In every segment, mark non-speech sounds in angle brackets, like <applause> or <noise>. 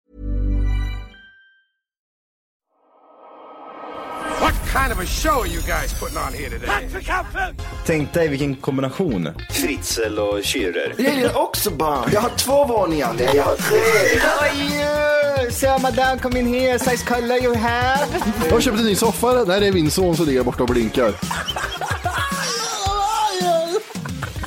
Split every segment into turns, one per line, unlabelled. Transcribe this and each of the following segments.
What kind of a show are you guys putting on here today?
Tänk dig vilken kombination.
Fritzl och Schürrer.
Jag gillar också barn. Jag har två våningar. Nej, jag har tre.
So madame, come in here, size color you have.
Jag har köpt en ny soffa. Där är min son som ligger borta och blinkar.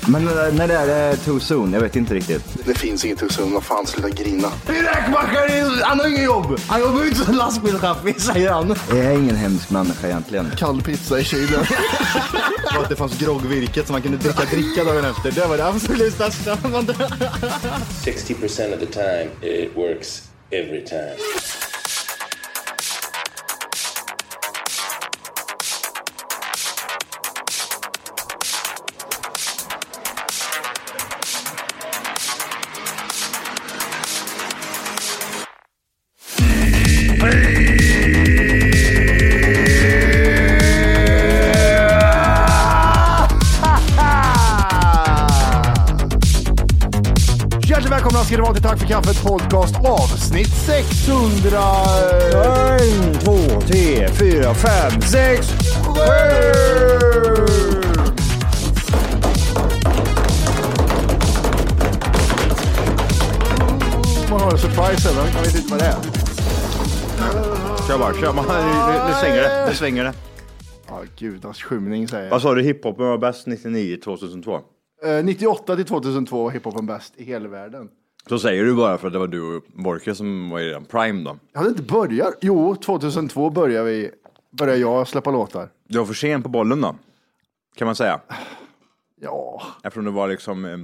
Men eh, när det är eh, too soon, jag vet inte riktigt.
Det finns inget hus Vad fan, sluta grina.
Räkmackaren, han har inget jobb. Han jobbar inte som lastbilschaffis, säger han.
Jag är ingen hemsk människa egentligen.
Kall pizza i kylen.
Och <laughs> att det fanns groggvirket som man kunde dricka dricka dagen efter. Det var det absolut största.
60% of the time, it works every time.
Ah! Hjärtligt välkomna ska ni vara till Tack för kaffet podcast avsnitt 600. eh,
En, två, tre, fyra, fem, sex, sju!
Man har en surprise här, men jag vet inte vad det är.
Kör bara, kör bara. Nu, nu, nu svänger det, nu svänger det.
Ja, gudas skymning säger jag.
Vad sa du, hiphopen var bäst 99, 2002?
Eh, 98 till 2002 var hiphopen bäst i hela världen.
Så säger du bara för att det var du och Borke som var i den prime då.
Jag hade inte börjat. Jo, 2002 började, vi, började jag släppa låtar.
Du var för sen på bollen då, kan man säga.
Ja,
Eftersom det var liksom... eh,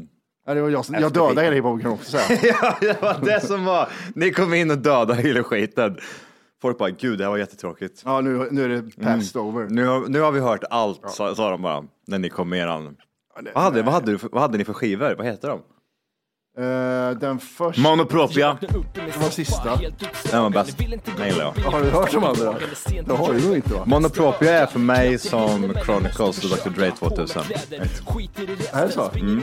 Nej, det var jag, som- jag dödade hela hiphopen kan jag också säga. <laughs>
Ja, det var det som var. Ni kom in och dödade hela skiten. Folk bara, gud, det här var jättetråkigt.
Ja, nu, nu är det past over.
Nu, har- nu har vi hört allt, sa, sa de bara, när ni kom med eran. Vad hade, vad, hade du för, vad hade ni för skivor? Vad heter de?
Eh, den första...
Monopropia.
Det var sista.
Den var bäst. Den gillar jag.
Har du hört om andra? Det har du nog inte va?
Monopropia är för mig som Chronicles och Dr. Dre 2000.
Är det så? Mm.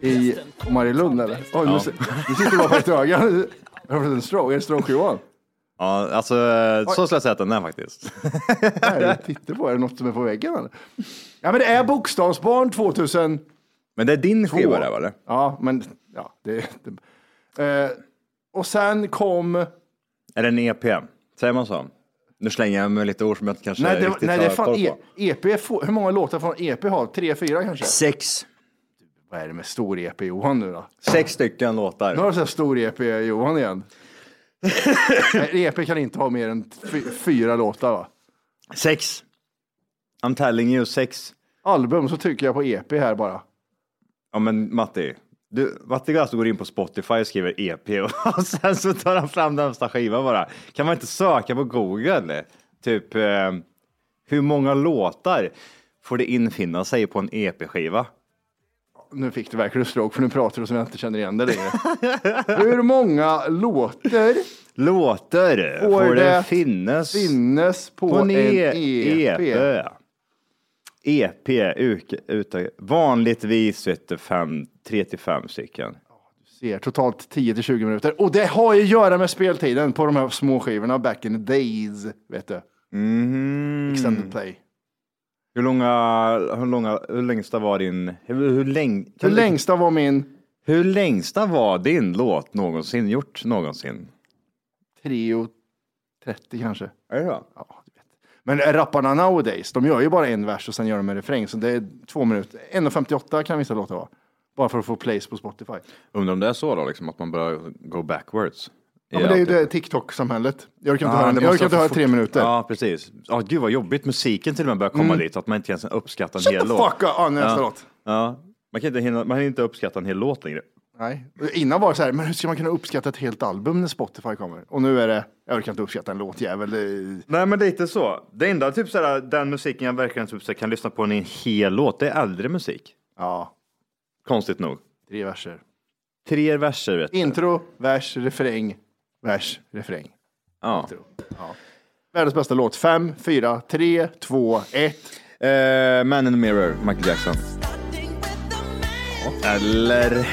I Marielund eller? Oj, nu,
Ja.
se- nu sitter du bara på ett öga. Har du fått en stroke? Är det stroke Johan?
Ja, alltså så skulle jag säga att den är faktiskt.
Nej, titta på. Är det något som är på väggen eller? Ja, men det är Bokstavsbarn 2000.
Men det är din skiva
Två.
där, eller?
Ja, men ja, det... det. Eh, och sen kom...
Är det en EP? Säger man så? Nu slänger jag med lite ord som jag kanske
Nej, det,
riktigt
nej, det
har
är
koll
fan e,
på.
EP. får- Hur många låtar från EP har? Tre, fyra kanske?
Sex.
Vad är det med stor EP Johan nu då?
Sex stycken låtar.
Nu har du så här stor EP Johan igen. nej, EP kan inte ha mer än fy, fyra låtar va?
Sex. I'm telling you, sex.
Album så tycker jag på EP här bara.
Ja men Matti, du, Matti alltså går in på Spotify och skriver EP och, <laughs> och sen så tar han fram nästa skiva bara. Kan man inte söka på Google? Typ, eh, hur många låtar får det infinna sig på en E EP-skiva?
Nu fick du verkligen stroke för nu pratar du som jag inte känner igen
<laughs>
dig längre. Hur många låtar
Låtar
Får
får
det
det finnas
finnes på,
på en e-
EP?
EP? EP, ut, ut, vanligtvis vet du, fem, tre till fem stycken.
ser totalt 10 till 20 minuter. Och det har ju att göra med speltiden på de här små skivorna back in the days, vet du.
Mhm. Mm.
Extended play.
Hur långa, hur långa, hur längsta var din, hur, hur läng,
Den längsta var min,
Hur längsta var din låt någonsin gjort någonsin?
3.30 kanske.
Är det så?
Ja, du vet. Men rapparna nowadays, de gör ju bara en vers och sen gör de en refräng. Så det är två minuter. 1.58 kan vissa låtar vara. Bara för att få plays på Spotify.
Undrar om det är så då, liksom, att man börjar gå backwards.
Ja, men det är ju det TikTok-samhället. Jag orkar inte höra, jag orkar inte höra tre minuter. Mm.
Ja, precis. Ja, gud vad jobbigt. Musiken till och med börjar komma dit, att man inte ens uppskattar en
Shut
hel
the
låt.
fuck up! Ja, nästa låt.
Ja. Man kan inte, hinna, man hinner inte uppskatta en hel låt längre.
Nej. Innan var det så här, men hur ska man kunna uppskatta ett helt album när Spotify kommer? Och nu är det, jag orkar inte uppskatta en låtjävel. Det-
Nej, men lite så. Det enda, typ såhär, den musiken jag verkligen typ, såhär, kan lyssna på i en hel låt, det är äldre musik.
Ja,
Konstigt nog.
tre verser.
Tre verser, vet du.
Intro, vers, refräng, vers, refräng.
Ja.
Världens bästa låt. Fem, fyra, tre, två, ett.
Eh, Man in the mirror, Michael Jackson. Eller...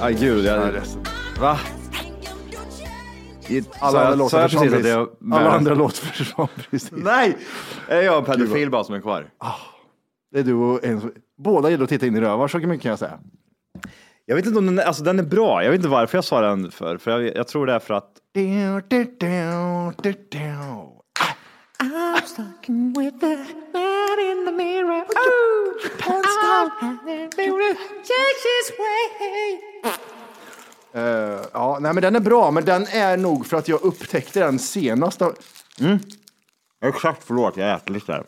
Ja, gud. Jag... Va? I-
Alla
sa jag-
andra
sa
låtar
jag
försvann
precis att
precis.
jag...
Alla andra låtar försvann precis.
Nej! Är jag en pedofil bara som är kvar?
Det är du och en som... Båda gillar att titta in i rövar, så mycket kan jag säga.
Jag vet inte om den, alltså den är bra. Jag vet inte varför jag sa den för. För jag, jag tror det är för att...
Du, du, du, du, du. Eh, ja, nej men den är bra, men den är nog för att jag upptäckte den senast. <laughs> av-
Exakt, förlåt. Jag äter lite där.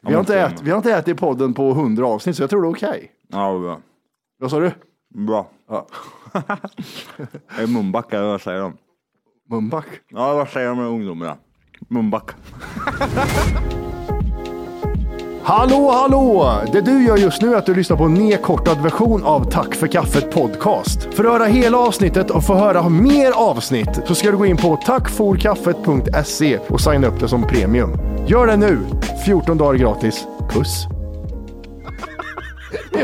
Vi har, inte ät, vi har inte ätit podden på 100 avsnitt, så jag tror det är okej.
Ja, bra.
Vad sa du?
Bra. Ja. <laughs> jag är munback, eller vad säger de?
Mumback?
Ja, vad säger de med ungdomarna? Munback.
Hallå, hallå! Det du gör just nu är att du lyssnar på en nedkortad version av Tack för kaffet podcast. För att höra hela avsnittet och få höra mer avsnitt så ska du gå in på tackforkaffet.se och signa upp det som premium. Gör det nu! 14 dagar gratis.
<laughs>
Puss!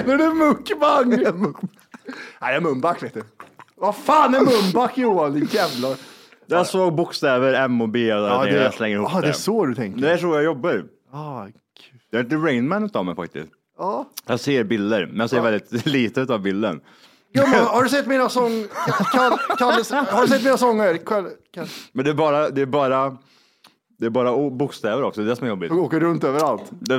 Menar du mukbang? Nej, det är mumback vet du. Vad fan är mumback Johan? Din jävla...
Jag såg bokstäver M och B och ja, det, jag slänger ihop
ah, det är så du tänker?
Det är så jag jobbar.
Ah, kul.
Jag är inte Rainman utav mig faktiskt. Ja. Jag ser bilder, men jag ser väldigt <laughs> lite utav bilden.
Gumman, har du sett mina sång... Kalle, Kalle, har du sett mina sånger? Kalle, Kalle.
Men det är bara, det är bara, det är bara o- bokstäver också, det är det som är jobbigt.
Jag åker runt överallt.
Det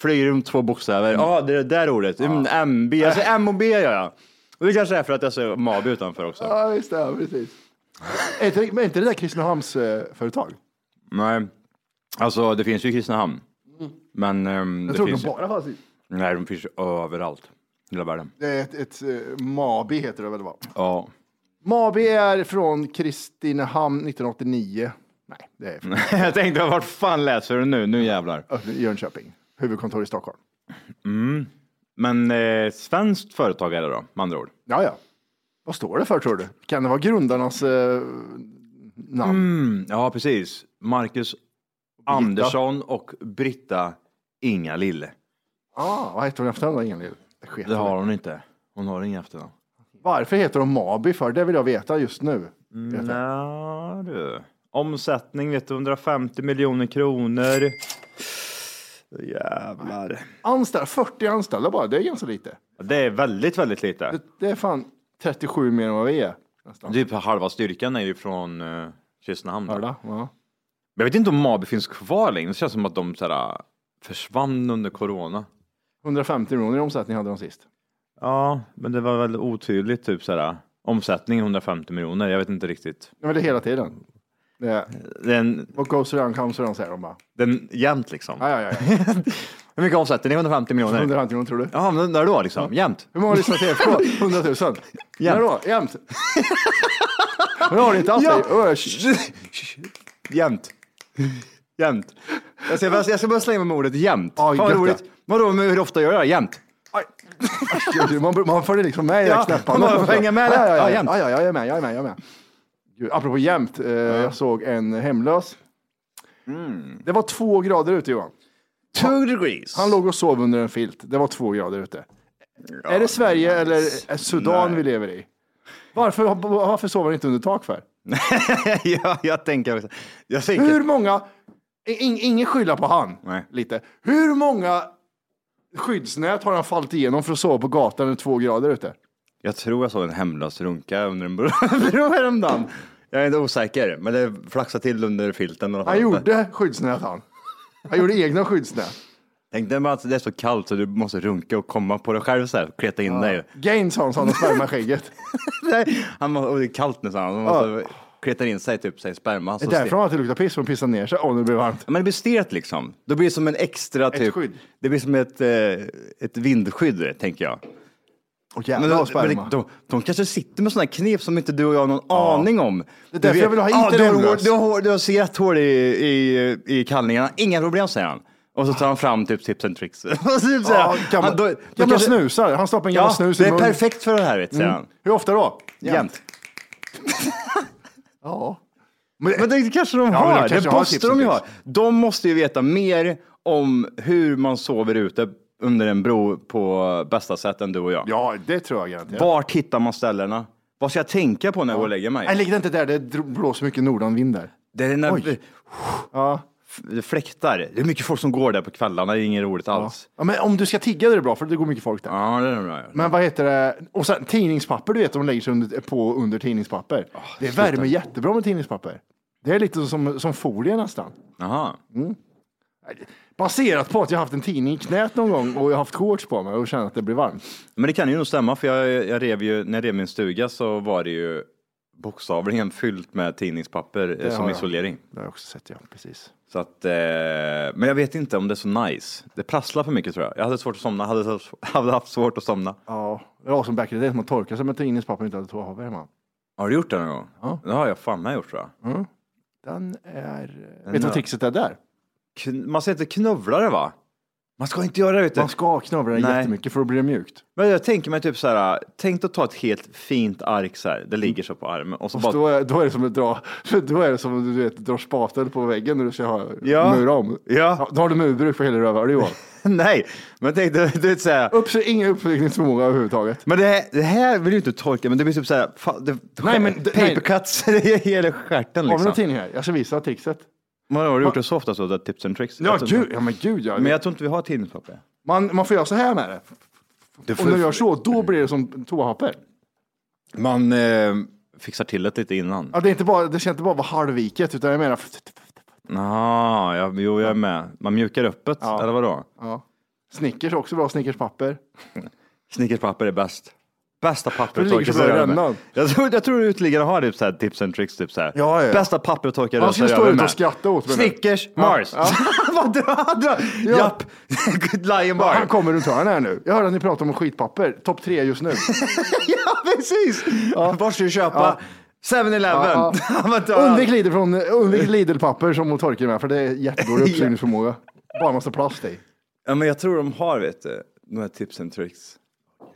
flyger runt två bokstäver. Ja, det är det där ordet. Mm, M, B. Jag säger M och B gör jag. Och det kanske är för att jag ser Mabi utanför också.
Ja, just det. ja, Precis. Är inte, men är inte det där Kristinehamns eh, företag?
Nej, alltså det finns ju i Kristinehamn. Men ehm,
Jag
det
tror de
finns ju,
bara fanns i...
nej, de finns ju överallt. Hela världen.
Det är ett, ett eh, Mabi heter det väl? Va?
Ja. <laughs>
Mabi är från Kristinehamn 1989. Nej, det är från
jag tänkte, vart fan läser du nu? Nu jävlar.
Jönköping. Huvudkontor i Stockholm.
Men eh, svenskt företag är det då, med andra ord?
Ja, ja. Vad står det för tror du? Kan det vara grundarnas eh, namn?
Mm. Ja, precis. Marcus Andersson och Britta Ingalill.
Ah, vad heter hon i efternamn då? Ingen lill. Det sket
Det
jag i.
har hon inte. Hon har inga efternamn.
Varför heter de Mabi för? Det vill jag veta just nu. Vet jag.
Nja, du. Omsättning vet du, 150 miljoner kronor. Jävlar.
Anställda, 40 anställda bara, det är ganska lite.
Det är väldigt, väldigt lite.
Det, det är fan 37 mer än vad vi är.
Typ halva styrkan är ju från uh, Kristinehamn. Men
Hörda? Ja.
Jag vet inte om Mabi finns kvar längre. Det känns som att de såhär, försvann under corona.
150 miljoner i omsättning hade de sist.
Ja, men det var väl otydligt typ såhär. Omsättning 150 miljoner. Jag vet inte riktigt.
Ja, men det är hela tiden. Det är,
Den,
what goes around comes around säger de bara.
den jämt liksom.
Ja, ja, ja.
Hur mycket omsätter ni? 150 miljoner?
150 miljoner tror du?
Ja, men när då liksom? Jämt?
Hur många lyssnar till FK? 100 000? Jämt. När då? Jämt. Men har ni inte haft det? Ö, sh-
Jämt. Jämt. Jag ska, jag ska bara slänga mig med ordet jämt.
Ja,
Fan vad
gött det.
roligt. Vadå, men hur ofta gör jag det? Jämt?
Gud, Man, man följer liksom med i
Ja,
knäpparna.
man får hänga med.
Ja, ja, ja,
Ja,
ja,
jämt.
ja, ja, jag är med. Jag är med, jag är med. Gud, apropå jämt, eh, jag såg en hemlös.
Mm.
Det var två grader ute Johan.
Two degrees.
Han låg och sov under en filt. Det var två grader ute. är det Sverige eller är Sudan vi lever i? Varför, varför sover han inte under tak för?
<laughs> ja, jag tänker också. Jag tänker...
Hur många, in, ingen skylla på han,
Nej.
lite. Hur många skyddsnät har han fallit igenom för att sova på gatan när det är två grader ute?
Jag tror jag såg en hemlös runka under en bro <laughs> bro häromdagen. Jag är inte osäker, men det flaxade till under filten. i alla fall.
Han gjorde skyddsnät han. Han gjorde egna skyddsnät.
Tänk dig bara att det är så kallt så du måste runka och komma på dig själv så här, kleta in dig. <laughs>
Gaines har en sån och spermar skägget.
Nej, han må, och det är kallt nu så han måste kleta in sig typ sig sperma.
Det
Så
är
ste-
därför han alltid luktar piss, för han pissar ner sig. Åh, nu blir det varmt.
men det blir stelt liksom. Då blir det som en extra typ.
skydd.
Det blir som ett, eh, ett vindskydd tänker jag.
Och
Men,
jävlar
de,
vad
men
sperma.
de, de, de kanske sitter med sådana knep som inte du och jag har någon aning om. Det
är därför jag vill ha hit en
du, har,
hemlös.
hår- du, har, hår- du har sett hår i, i, i kallningarna, inga problem säger han. Och så tar han fram typ tips and tricks. <laughs> Och så typ, så här,
Ja, gamla,
han- då- då
gamla
kanske-
snusar. Han stoppar en gammal
Ja,
snus i
det är
munnen. Mm.
perfekt för det här vet, säger han.
Hur ofta då?
Jämt.
<laughs> Ja.
Men det kanske de
Ja, men de
har. det
kanske har tips
måste
och
de ju
tricks.
ha. De måste ju veta mer om hur man sover ute under en bro på bästa sätt än du och jag.
Ja, det tror jag garanterat.
Vart hittar man ställena? Vad ska jag tänka på när jag går och lägger mig?
Nej, ligg det inte där. Det dro- blåser mycket nordanvind där.
Det är när
Oj. Ja.
f- det fläktar. Det är mycket folk som går där på kvällarna. Det är inget roligt
Ja.
alls.
ja, men om du ska tigga det är det bra, för det går mycket folk där.
Ja, det är bra.
Men vad heter det? Och sen tidningspapper, du vet, de lägger sig under, på under tidningspapper. det
Ah, sluta.
värmer jättebra med tidningspapper. Det är lite som, som folie nästan.
Jaha.
Baserat på att jag haft en tidning i knät någon gång och jag har haft shorts på mig och känner att det blir varmt.
Men det kan ju nog stämma, för jag, jag rev ju, när jag rev min stuga så var det ju bokstavligen fyllt med tidningspapper eh, som
har jag.
isolering.
Det har jag också sett, ja. Precis.
Så att, eh, men jag vet inte om det är så nice. Det prasslar för mycket tror jag. Jag hade svårt att somna, hade, så- <laughs> hade haft svårt att somna.
Ja, det var som back in the day, som man torkade sig med tidningspapper och inte hade toapapper hemma.
Har du gjort det någon gång?
Ja.
Det har jag fan med gjort tror jag.
Den är... eh,
Den
vet du
är-
vad trixet är där?
Kn- man ska inte knövla det va? Man ska inte göra det vet du.
Man ska knövla den
Nej.
jättemycket för då blir det mjukt.
Men jag tänker mig typ så här, tänk att ta ett helt fint ark så här, det ligger så på armen och så bara,
Då är, då är det som att dra, <laughs> då är det som att du vet, drar spatel på väggen när du ska ha,
Ja.
mura om.
Ja.
Då har du murbruk för hela <laughs> rövarhålan.
<laughs> nej, men tänk du, du vet så här,
Upp, så ingen uppflyttningsförmåga överhuvudtaget.
men det här, det här vill du inte tolka, men det blir typ så här, fan, det,
Nej, men det- nej.
paper cuts, <laughs> det är hela stjärten
Har vi någon
liksom.
tidning här? Jag ska visa trixet.
Men har du gjort det så ofta så, där tips and tricks?
Ja,
Jag tror inte-
gud, ja men gud ja.
Men jag tror inte vi har tidningspapper.
man, man får göra så här med det.
Du
Om du gör så, då blir det som toapapper.
Man eh, fixar till det lite innan.
Ja, det, är inte bara, det ska inte bara vara halvviket, utan jag menar...
Ah, ja, jo, jag är med. Man mjukar öppet,
Ja.
eller vadå?
Ja. Snickers är också bra, Snickerspapper.
Snickerspapper är bäst. Bästa papper
Det ligger
torka
så bra i
röven med.
rännan.
Jag tror, jag tror uteliggare har typ så här tips and tricks. Typ så här.
Ja, ja, ja.
Bästa papper att torka
Man
röven
skulle stå ute och skratta åt mig nu.
Snickers,
Ja.
Mars.
Ja.
<laughs> Vad drar dra.
Ja.
Japp, <laughs> Good Lion Bar.
Han kommer runt hörnet här nu. Jag hörde att ni pratar om skitpapper. Topp tre just <laughs> nu.
<laughs> ja, precis. Var ska du köpa? 7-Eleven.
Ja,
<laughs> Ja, men då-
Undvik Lidl från- undvik Lidl-papper som hon torkar med, för det är jättedålig uppsugningsförmåga. Bara massa plast i.
ja, men jag tror de har, vet du, de här tips and tricks.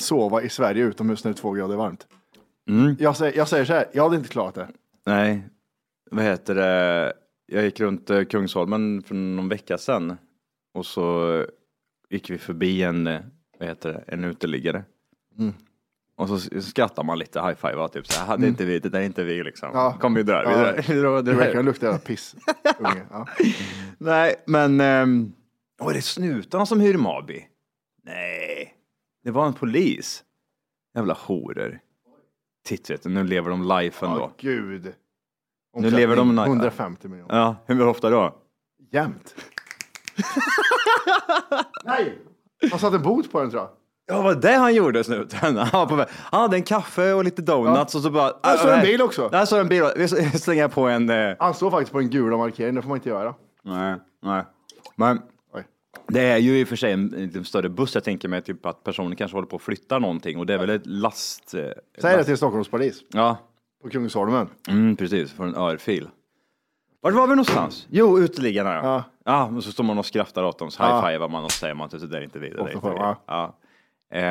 sova i Sverige utomhus när det är två grader varmt. Jag, säger, jag säger så här, jag hade inte klarat det.
Nej, vad heter det? Jag gick runt eh, Kungsholmen för någon vecka sedan och så eh, gick vi förbi en, eh, vad heter det, en uteliggare. Mm. Och så s- skrattar man lite, high-fivar typ så här, hade inte vi, det där är inte vi liksom.
Ja.
Kom vi drar, vi
Ja.
drar. Vi drar,
Det
vi
verkar
drar.
lukta jävla <laughs> piss. unge. Ja.
Nej, men, ehm, åh är det snutarna som hyr Mabi? Nej, det var en polis. Jävla horor. Titt vet du, nu lever de life ändå.
Åh, gud.
Nu lever de-
150 miljoner.
Ja, hur ofta då? <laughs>
Jämt. Nej! Han satte en bot på den tror jag.
Ja, vad det han gjorde snuten. <laughs> Han var på väg. Han hade en kaffe och lite donuts och så bara. "Äh,
Jag såg en bil också.
Jag såg en bil. Vi <laughs> slänger på en. eh,
Han står faktiskt på den gula markeringen, det får man inte göra.
Nej, nej. Men
Oj.
det är ju i och för sig en, lite större buss. Jag tänker mig typ att personen kanske håller på att flytta någonting och det är väl ett last. eh,
Säg det till Stockholms polis
Ja,
på Kungsholmen.
mm, precis. Från en örfil. Vart var vi någonstans? Jo, uteliggarna. Ja.
Ja.
ja, och så står man och skrattar åt dem. Så high-fivar man och säger man att det där är inte vi. Det där är inte vi.
Ja.
Ja.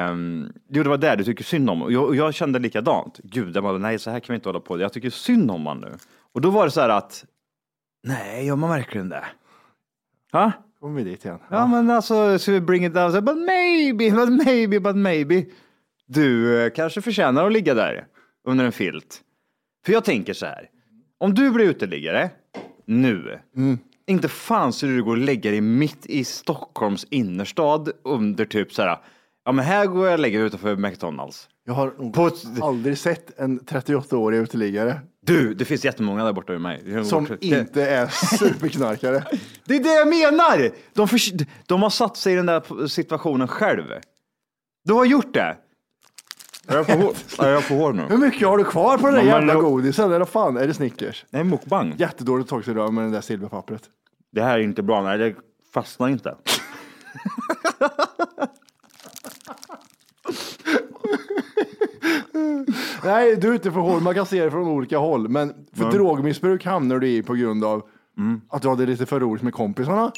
Um, jo, det var där du tycker synd om. Och jag, och jag kände likadant. Gud, jag bara, nej, så här kan vi inte hålla på. Jag tycker synd om man nu. Och då var det så här att, nej, gör man verkligen det? Ha?
Kommer vi dit igen?
Ja, men alltså, så vi bring it down. Så, här, but maybe, but maybe, but maybe. Du eh, kanske förtjänar att ligga där under en filt. För jag tänker så här. Om du blir uteliggare nu. Inte fan skulle du gå och lägga dig mitt i Stockholms innerstad under typ så här. Ja, men här går jag och lägger mig utanför McDonalds.
Jag har nog
På-
aldrig sett en 38-årig uteliggare
Du, det finns jättemånga där borta vid mig.
som
Det-
inte är superknarkare.
Det är det jag menar! De, förs- de har satt sig i den där situationen själv. Du har gjort det. Är jag på hår, <laughs> är jag på hår nu?
Hur mycket har du kvar på den där
Men man
jävla
lo-
godisen? Eller fan, är det Snickers?
Nej, mukbang.
Jättedåligt taxirör med det där silverpappret.
Det här är inte bra. Nej, det fastnar inte.
Nej, du är ute för håll. Man kan se det från olika håll. Men för drogmissbruk hamnar du i på grund av att du hade lite för roligt med kompisarna.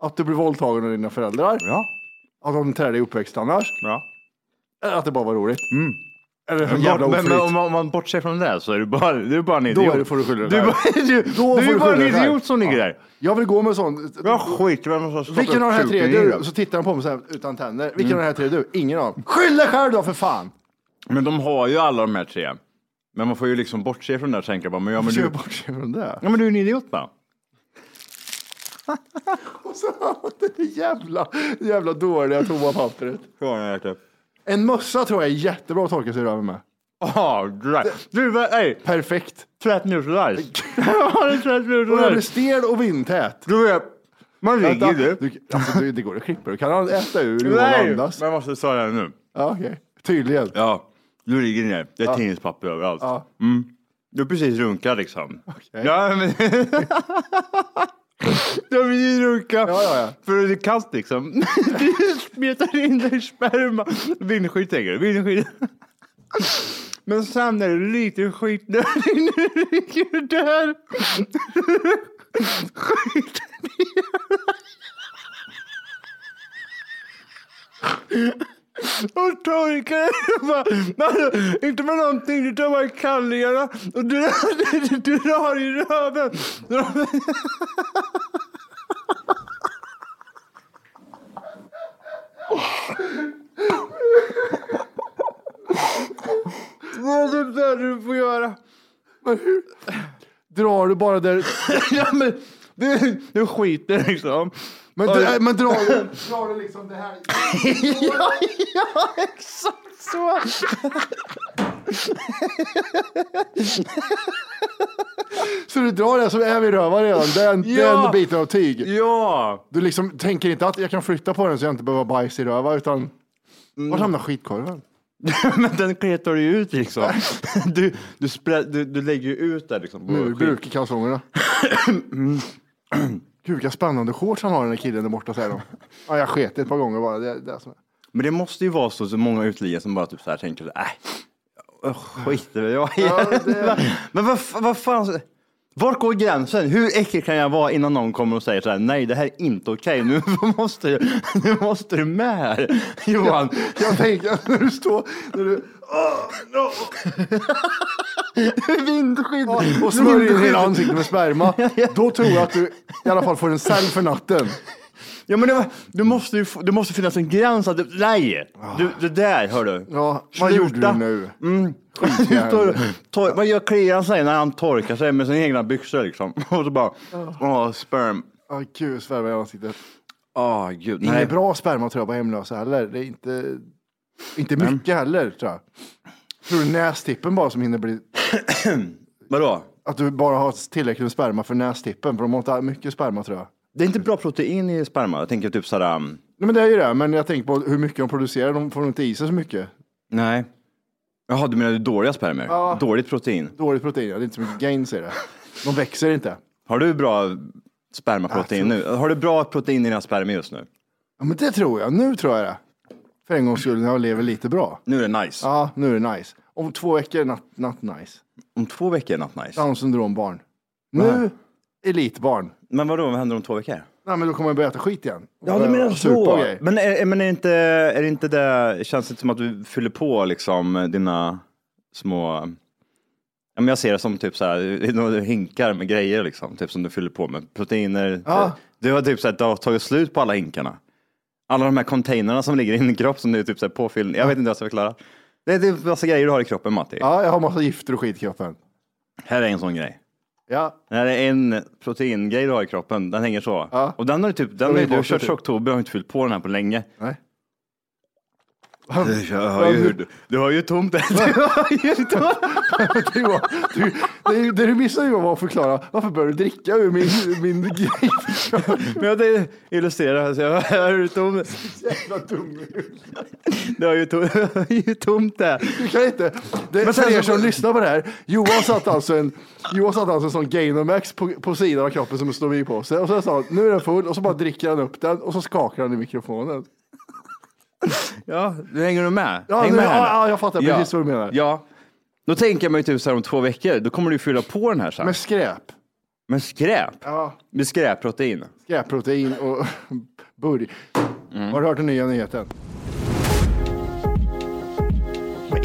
Att du blev våldtagen av dina föräldrar.
Ja,
Att de trär dig i uppväxt annars.
bra.
Eller att det bara var roligt. Eller en
Ja,
jävla
Mm. men, men
oflyt.
om, man, om man bortser från det så är du bara, du är bara en
Då
idiot.
är det, får du skylla dig
Du är
själv.
bara, <laughs> du,
Då
du
får
är
du
bara en
skylla dig själv.
idiot som ligger där.
Jag vill gå med sån.
Jag skiter i vem som stoppar
Vilken av de här tre
kuken i
du?
den.
Så tittar han på mig så här utan tänder. Vilken
Mm.
av de här tre du? Ingen av dem. Skyll dig själv då för fan!
Men de har ju alla de här tre. Men man får ju liksom bortse från det och tänka bara, men, ja, men,
Kör
du,
bort sig från det.
ja, men du är en idiot bara.
Och så <laughs> det jävla, jävla dåliga tomma pappret.
Från hjärtat.
En mössa tror jag är jättebra att torka sig i röven med.
Oh, du, vad- ey,
Perfekt.
tvätt <laughs> newsflash. Har du tvätt
Och den är
newsflash?
stel och vindtät.
Du vet, man ligger ju.
du, alltså, du, det går att klippa. Du kan han äta ur hur han
Nej,
andas.
man måste säga det nu.
Ja, okej. Tydligen.
Ja, du ligger ner. Det är tidningspapper överallt.
Ja.
Mm. Du är precis runkad liksom. Ja, men... du har precis runkat.
Ja, ja, ja.
För det är kallt liksom. <laughs> du smetar in dig i sperma. Vindskydd tänker du, vindskydd. Men sen är det lite skitnödig nu ligger du där. Skiten i och torkade bara, alltså, inte med någonting, du tar bara kallingarna och drar, <laughs> du, du drar i röven. Det är typ det du får göra.
Drar du bara där...
<laughs> Ja, men, du, du skiter liksom.
Men,
Ja,
dra-
ja.
men drar,
<laughs>
du, drar du liksom det här...
ja, ja, exakt så.
Så du drar det som är vid rövan redan. Den,
Ja.
den biten av tyg.
Ja.
Du liksom tänker inte att jag kan flytta på den så jag inte behöver bajs i röva utan...
Mm.
Var hamnar skitkorven?
<laughs> Men den kletar du ju ut <laughs> liksom. Du, du, sprä, du, du lägger ju ut där liksom. på skit.
Murbuk i kalsongerna.
Mm.
Gud vilka spännande shorts han har den där killen där borta säger de. Ja, jag sket ett par gånger bara. Det, det är som...
Men det måste ju vara så, så många uteliggare som bara typ så här tänker så här, äh, skiter väl jag i
Ja,
det.
det-
<laughs> Men vad, fa- vad fan, vart går gränsen? Hur äcklig kan jag vara innan någon kommer och säger så här, nej det här är inte okej, nu <laughs> måste, du- nu måste du med här <laughs> Johan.
Jag tänker <laughs> att när du står när du, <laughs>
Vindskydd.
och smörjer in hela ansiktet
<laughs>
med sperma, då tror jag att du i alla fall får en cell för natten.
Ja men det, var- du måste ju, få- det måste finnas en gräns att, du- nej, du, det där hör du.
Ah. Ja, vad gjorde
Sluta.
du nu?
Mm. <laughs>
Skit i
Du står,
henne.
tor- vad gör kliar sig när han torkar sig med sina egna byxor liksom? <laughs> Och så bara,
Ah.
åh, sperm.
Ja, gud, sperma i ansiktet. Ah,
Åh, gud.
Inget
Nej.
bra sperma tror jag på hemlösa heller. Det är inte, inte mycket heller tror jag. Tror du nästippen bara som hinner bli...
Vadå?
Att du bara har tillräckligt med sperma för nästippen, för de har inte mycket sperma tror jag.
Det är inte bra protein i sperma. Jag tänker typ sådär, um,
Nej, men det är ju det, men jag tänker på hur mycket de producerar. De får nog inte i sig så mycket.
nej. Jaha, du menar dåliga spermier? Dåligt protein.
Dåligt protein, ja. det är inte så mycket gains i det. De växer inte.
Har du bra spermaprotein
Ah,
nu? Har du bra protein i dina spermier just nu?
Ja, men det tror jag. Nu tror jag det. För en gångs skull när jag lever lite bra.
Nu är det nice.
Ja, nu är det nice. Om två veckor, not, not nice.
Om två veckor är natt nice.
Downs syndrombarn. Nu, elitbarn.
Men vadå, vad händer om två veckor?
Nej, men då kommer jag börja äta skit igen.
Ja, du menar
Och supa och
så.
grejer.
Men, är, men är, det inte, är det inte det, känns det inte som att du fyller på liksom dina små, ja men jag ser det som typ så här, <laughs> det är några hinkar med grejer liksom, typ som du fyller på med proteiner.
Ja.
Du har typ så här, du har tagit slut på alla hinkarna. Alla de här containrarna som ligger i din kropp som du typ så här påfyller, jag vet inte hur jag ska förklara. Det är typ massa grejer du har i kroppen Matti.
Ja, jag har massa gifter och skit i kroppen.
Här är en sån grej.
Ja,
Det här är en proteingrej du har i kroppen, den hänger så.
Ja.
Och den har du typ, den
Den
har
är
ju du
borta
kört
typ.
i oktober och har inte fyllt på den här på länge.
nej.
Jag hör ju hur du, du har ju tomt det. Du har ju tomt.
Det, var, du, det, är- det du missade ju var att förklara varför började du dricka ur min, min grej.
<laughs> Men jag tänkte illustrera, här, så jag hör hur tomt
Jävla dum.
du har ju tomt, <laughs> du har ju tomt det.
Du kan inte. Det,
Men sen
för er
så-
som lyssnar på det här, Johan satt alltså en, Johan satt alltså en sån Gainomax på, på sidan av kroppen som en stomipåse och sen sa han nu är den full och så bara dricker han upp den och så skakar han i mikrofonen.
Ja, nu hänger du med?
Ja,
Häng
nu-
med här
ja,
nu.
ja, jag fattar precis vad du menar.
Ja. Då tänker jag mig typ så här om två veckor, då kommer du fylla på den här sen. Men,
Med skräp.
skräp?
Ja.
Med skräpprotein.
Skräpprotein och <laughs> burg. Har du hört den nya nyheten? Men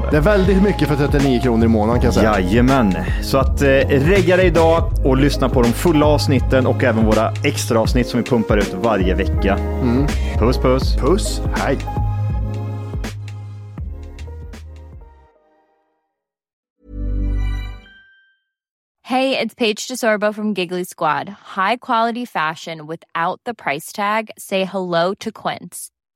Det
det.
är väldigt mycket för 39 kronor i månaden kan jag säga.
Jajamän, så att eh, regga dig idag och lyssna på de fulla avsnitten och även våra extra avsnitt som vi pumpar ut varje vecka.
Mm.
Puss puss!
Puss, hej.
Hey, it's Paige DeSorbo from Giggly Squad. High quality fashion without the price tag. Say hello to Quince.